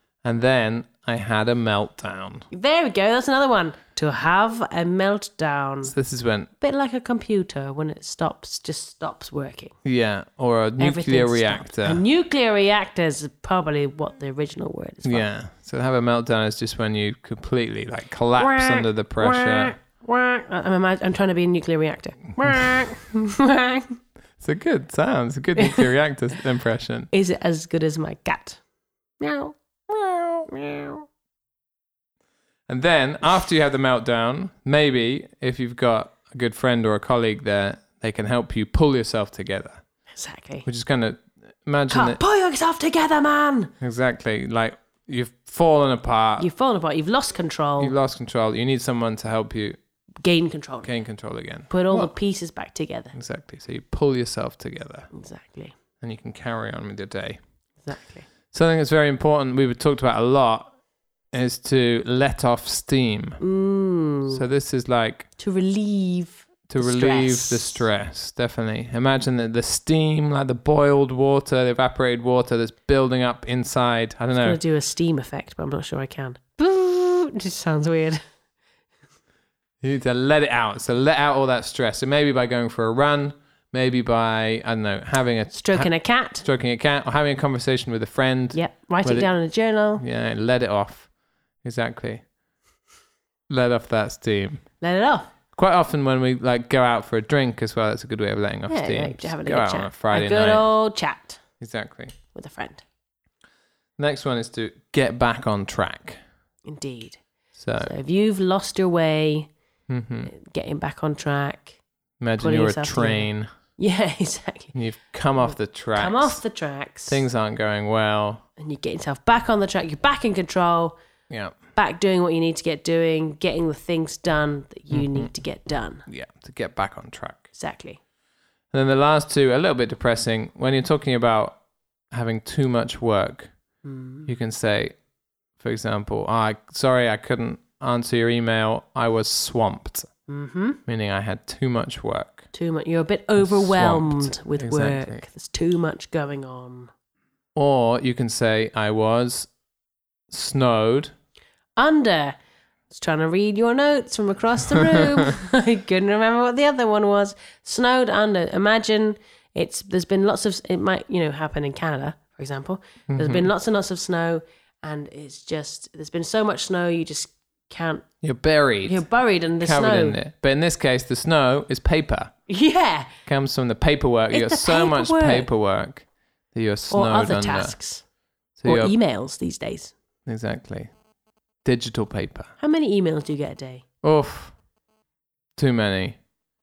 Speaker 4: and then I had a meltdown.
Speaker 1: There we go. That's another one. To have a meltdown.
Speaker 4: So this is when,
Speaker 1: bit like a computer when it stops, just stops working.
Speaker 4: yeah, or a nuclear
Speaker 1: Everything's
Speaker 4: reactor.
Speaker 1: stopped. A nuclear reactor is probably what the original word is. for.
Speaker 4: Yeah. So have a meltdown is just when you completely like collapse
Speaker 1: Whack,
Speaker 4: under the pressure.
Speaker 1: Whack. I'm, imag- I'm trying to be a nuclear reactor. Whack, whack.
Speaker 4: It's a good sound. It's a good nuclear reactor impression.
Speaker 1: is it as good as my cat? Meow, meow, meow.
Speaker 4: And then after you have the meltdown, maybe if you've got a good friend or a colleague there, they can help you pull yourself together.
Speaker 1: Exactly.
Speaker 4: Which is kind of imagine
Speaker 1: Can't
Speaker 4: that
Speaker 1: pull yourself together, man.
Speaker 4: exactly like you've fallen apart,
Speaker 1: You've fallen apart. You've lost control.
Speaker 4: you've lost control. Uh, You need someone to help you
Speaker 1: Gain control.
Speaker 4: gain control again.
Speaker 1: Put all the pieces back together.
Speaker 4: Exactly. So you pull yourself together,
Speaker 1: Exactly.
Speaker 4: and you can carry on with your day.
Speaker 1: Exactly.
Speaker 4: Something that's very important we've talked about a lot is to let off steam.
Speaker 1: Mm.
Speaker 4: So this is like
Speaker 1: to relieve.
Speaker 4: to
Speaker 1: The
Speaker 4: relieve the
Speaker 1: stress.
Speaker 4: stress. Definitely. Imagine that the steam, like the boiled water, the evaporated water that's building up inside. I don't
Speaker 1: I'm
Speaker 4: know.
Speaker 1: gonna do a steam effect, but I'm not sure I can. It just sounds weird.
Speaker 4: You need to let it out. So let out all that stress. So maybe by going for a run, maybe by I don't know, having a
Speaker 1: Stroking a cat.
Speaker 4: stroking a cat or having a conversation with a friend.
Speaker 1: Yep. Write
Speaker 4: Well,
Speaker 1: it
Speaker 4: it-
Speaker 1: down in a journal.
Speaker 4: Yeah, let it off. Exactly. Let off that steam.
Speaker 1: Let it off.
Speaker 4: Quite often when we like go out for a drink as well, that's a good way of letting off
Speaker 1: Yeah,
Speaker 4: steam.
Speaker 1: like,
Speaker 4: Just
Speaker 1: having a
Speaker 4: go
Speaker 1: good
Speaker 4: out
Speaker 1: chat.
Speaker 4: on a Friday
Speaker 1: a good
Speaker 4: night.
Speaker 1: old chat
Speaker 4: Exactly.
Speaker 1: with a friend.
Speaker 4: Next one is to get back on track.
Speaker 1: Indeed.
Speaker 4: So,
Speaker 1: So if you've lost your way, uh,
Speaker 4: mhm.
Speaker 1: getting back on track.
Speaker 4: imagine
Speaker 1: Putting
Speaker 4: you're a
Speaker 1: yourself together.
Speaker 4: train
Speaker 1: Yeah, exactly.
Speaker 4: and you've come off the track.
Speaker 1: Come off the tracks.
Speaker 4: Things aren't going well.
Speaker 1: and you get yourself back on the track. You're back in control,
Speaker 4: Yeah.
Speaker 1: back doing what you need to get doing, getting the things done that you
Speaker 4: Mm-hmm.
Speaker 1: need to get done.
Speaker 4: Yeah. To get back on track.
Speaker 1: Exactly.
Speaker 4: And then the last two, a little bit depressing. When you're talking about having too much work,
Speaker 1: Hmm.
Speaker 4: you can say, for example, I sorry I couldn't answer your email. I was swamped, mm-hmm. meaning I had too much work.
Speaker 1: Too much. You're a bit overwhelmed
Speaker 4: Swamped.
Speaker 1: with
Speaker 4: Exactly.
Speaker 1: work. There's too much going on.
Speaker 4: Or you can say I was snowed.
Speaker 1: Under. I was trying to read your notes from across the room. I couldn't remember what the other one was. Snowed under. Imagine it's there's been lots of it might you know happen in Canada for example. There's
Speaker 4: Mm-hmm.
Speaker 1: been lots and lots of snow, and it's just there's been so much snow you just can't.
Speaker 4: You're buried,
Speaker 1: You're buried in the
Speaker 4: covered
Speaker 1: snow.
Speaker 4: in it. But in this case, the snow is paper.
Speaker 1: Yeah,
Speaker 4: Comes from the paperwork. You
Speaker 1: It's
Speaker 4: got
Speaker 1: the
Speaker 4: so much
Speaker 1: paperwork.
Speaker 4: paperwork that you're snowed
Speaker 1: or other
Speaker 4: under.
Speaker 1: tasks
Speaker 4: So
Speaker 1: or e-
Speaker 4: you're-
Speaker 1: emails these days.
Speaker 4: Exactly. Digital paper.
Speaker 1: How many emails do you get a day?
Speaker 4: Oof. Too many.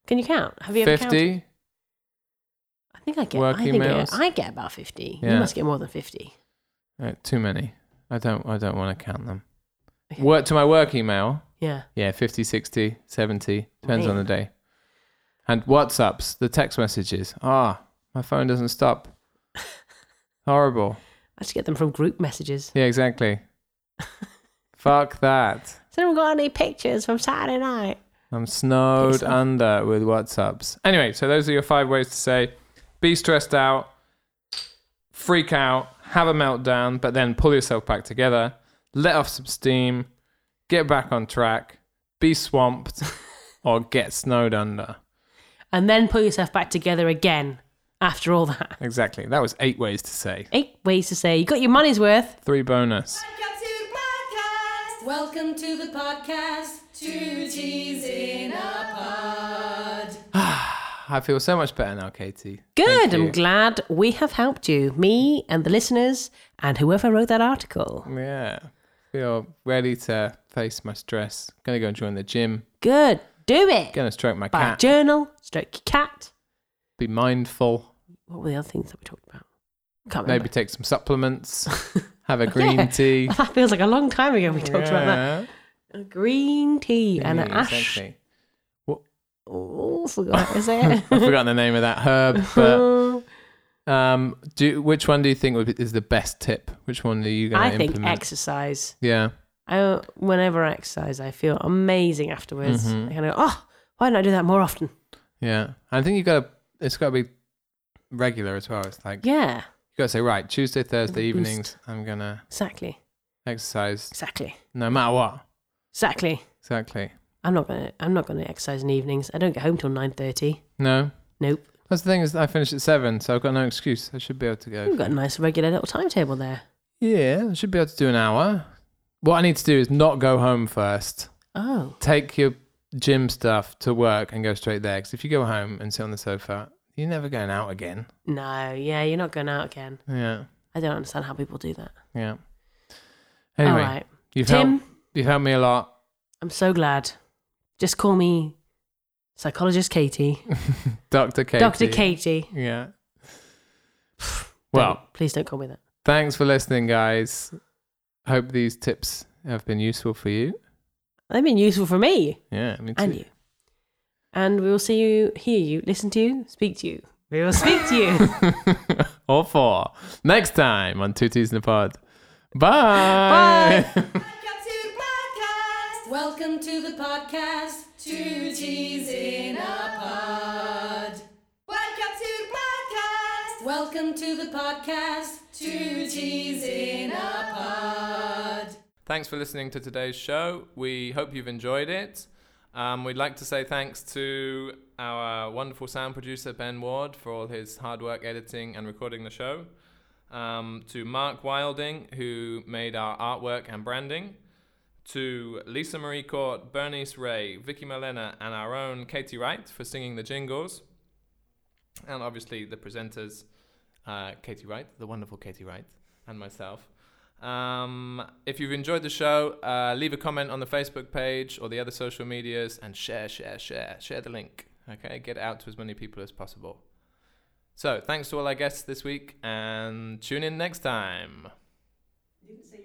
Speaker 1: Can you count? Have you ever counted?
Speaker 4: 50?
Speaker 1: I think I get.
Speaker 4: work
Speaker 1: I think I
Speaker 4: emails?
Speaker 1: get, I get about fifty.
Speaker 4: Yeah.
Speaker 1: You must get more than fifty.
Speaker 4: Uh, too many. I don't I don't want to count them.
Speaker 1: Okay.
Speaker 4: Work to my work email.
Speaker 1: Yeah.
Speaker 4: Yeah, 50, 60, 70. Depends on the
Speaker 1: Man.
Speaker 4: day. And WhatsApps, the text messages. Ah, my phone doesn't stop. Horrible.
Speaker 1: I just get them from group messages.
Speaker 4: Yeah, exactly. Fuck that.
Speaker 1: Has anyone got any pictures from Saturday night?
Speaker 4: I'm snowed
Speaker 1: Piss off.
Speaker 4: under with WhatsApps. Anyway, so those are your five ways to say be stressed out, freak out, have a meltdown, but then pull yourself back together, let off some steam, get back on track, be swamped, or get snowed under.
Speaker 1: And then pull yourself back together again after all that.
Speaker 4: Exactly. That was eight ways to say.
Speaker 1: Eight ways to say you got your money's worth.
Speaker 4: Three bonus.
Speaker 6: Welcome to the podcast.
Speaker 3: Welcome to the podcast, Two Teas in a Pod.
Speaker 4: I feel so much better now, Katie. Thank
Speaker 1: Good. I'm
Speaker 4: you.
Speaker 1: glad we have helped you, me and the listeners, and whoever wrote that article.
Speaker 4: Yeah. Feel ready to face my stress. Gonna go join the gym.
Speaker 1: Good. Do it.
Speaker 4: Gonna stroke my
Speaker 1: Buy a
Speaker 4: cat.
Speaker 1: journal. Stroke your cat.
Speaker 4: Be mindful.
Speaker 1: What were the other things that we talked about? Can't remember.
Speaker 4: Maybe take some supplements. have a green
Speaker 1: Yeah.
Speaker 4: tea.
Speaker 1: That feels like a long time ago we talked about that.
Speaker 4: Yeah.
Speaker 1: A green tea and an
Speaker 4: Yeah,
Speaker 1: ash.
Speaker 4: exactly.
Speaker 1: Oh, forgot what I
Speaker 4: I've
Speaker 1: said.
Speaker 4: forgotten the name of that herb, but um, do which one do you think would be, is the best tip? Which one are you
Speaker 1: I
Speaker 4: going to
Speaker 1: think
Speaker 4: implement?
Speaker 1: exercise.
Speaker 4: yeah,
Speaker 1: I, whenever I exercise, I feel amazing afterwards.
Speaker 4: Mm-hmm.
Speaker 1: I kind of, oh, why don't I do that more often?
Speaker 4: yeah. I think you got to. It's got to be regular as well. It's like
Speaker 1: Yeah,
Speaker 4: you got to say right Tuesday, Thursday
Speaker 1: Boost.
Speaker 4: evenings. I'm gonna
Speaker 1: exactly,
Speaker 4: exercise
Speaker 1: exactly,
Speaker 4: no matter what.
Speaker 1: exactly.
Speaker 4: Exactly.
Speaker 1: I'm not gonna, I'm not gonna exercise in the evenings. I don't get home till nine thirty.
Speaker 4: No.
Speaker 1: Nope.
Speaker 4: That's the thing is I finish at seven, so I've got no excuse. I should be able to go.
Speaker 1: We've got a nice regular little timetable there.
Speaker 4: Yeah, I should be able to do an hour. What I need to do is not go home first.
Speaker 1: Oh,
Speaker 4: Take your gym stuff to work and go straight there. Because if you go home and sit on the sofa, you're never going out again.
Speaker 1: no, yeah, you're not going out again.
Speaker 4: Yeah,
Speaker 1: I don't understand how people do that.
Speaker 4: yeah. Anyway,
Speaker 1: All right,
Speaker 4: you've
Speaker 1: Tim.
Speaker 4: helped. You've helped me a lot.
Speaker 1: I'm so glad. Just call me psychologist Katie,
Speaker 4: Doctor Katie.
Speaker 1: Doctor Katie.
Speaker 4: Yeah. Well,
Speaker 1: Don't- please don't call me that.
Speaker 4: thanks for listening, guys. Hope these tips have been useful for you.
Speaker 1: They've been useful for me
Speaker 4: Yeah, me too.
Speaker 1: and you. And we will see you, hear you, listen to you, speak to you. We will speak to you.
Speaker 4: Or four. Next time on Two Teas in a Pod. Bye.
Speaker 6: Welcome
Speaker 3: Welcome to the podcast, Two Teas in a Pod.
Speaker 7: Welcome to the podcast.
Speaker 3: Welcome to the podcast, Two Teas in a Pod.
Speaker 4: Thanks for listening to today's show. We hope you've enjoyed it. Um, we'd like to say thanks to our wonderful sound producer, Ben Ward, for all his hard work editing and recording the show. Um, to Mark Wilding, who made our artwork and branding. To Lisa Marie Court, Bernice Ray, Vicky Malena, and our own Katie Wright for singing the jingles. And obviously the presenters, uh, Katie Wright, the wonderful Katie Wright, and myself. Um, if you've enjoyed the show, uh, leave a comment on the Facebook page or the other social medias and share, share, share, share the link. Okay, get it out to as many people as possible. So, thanks to all our guests this week and tune in next time.
Speaker 7: You didn't say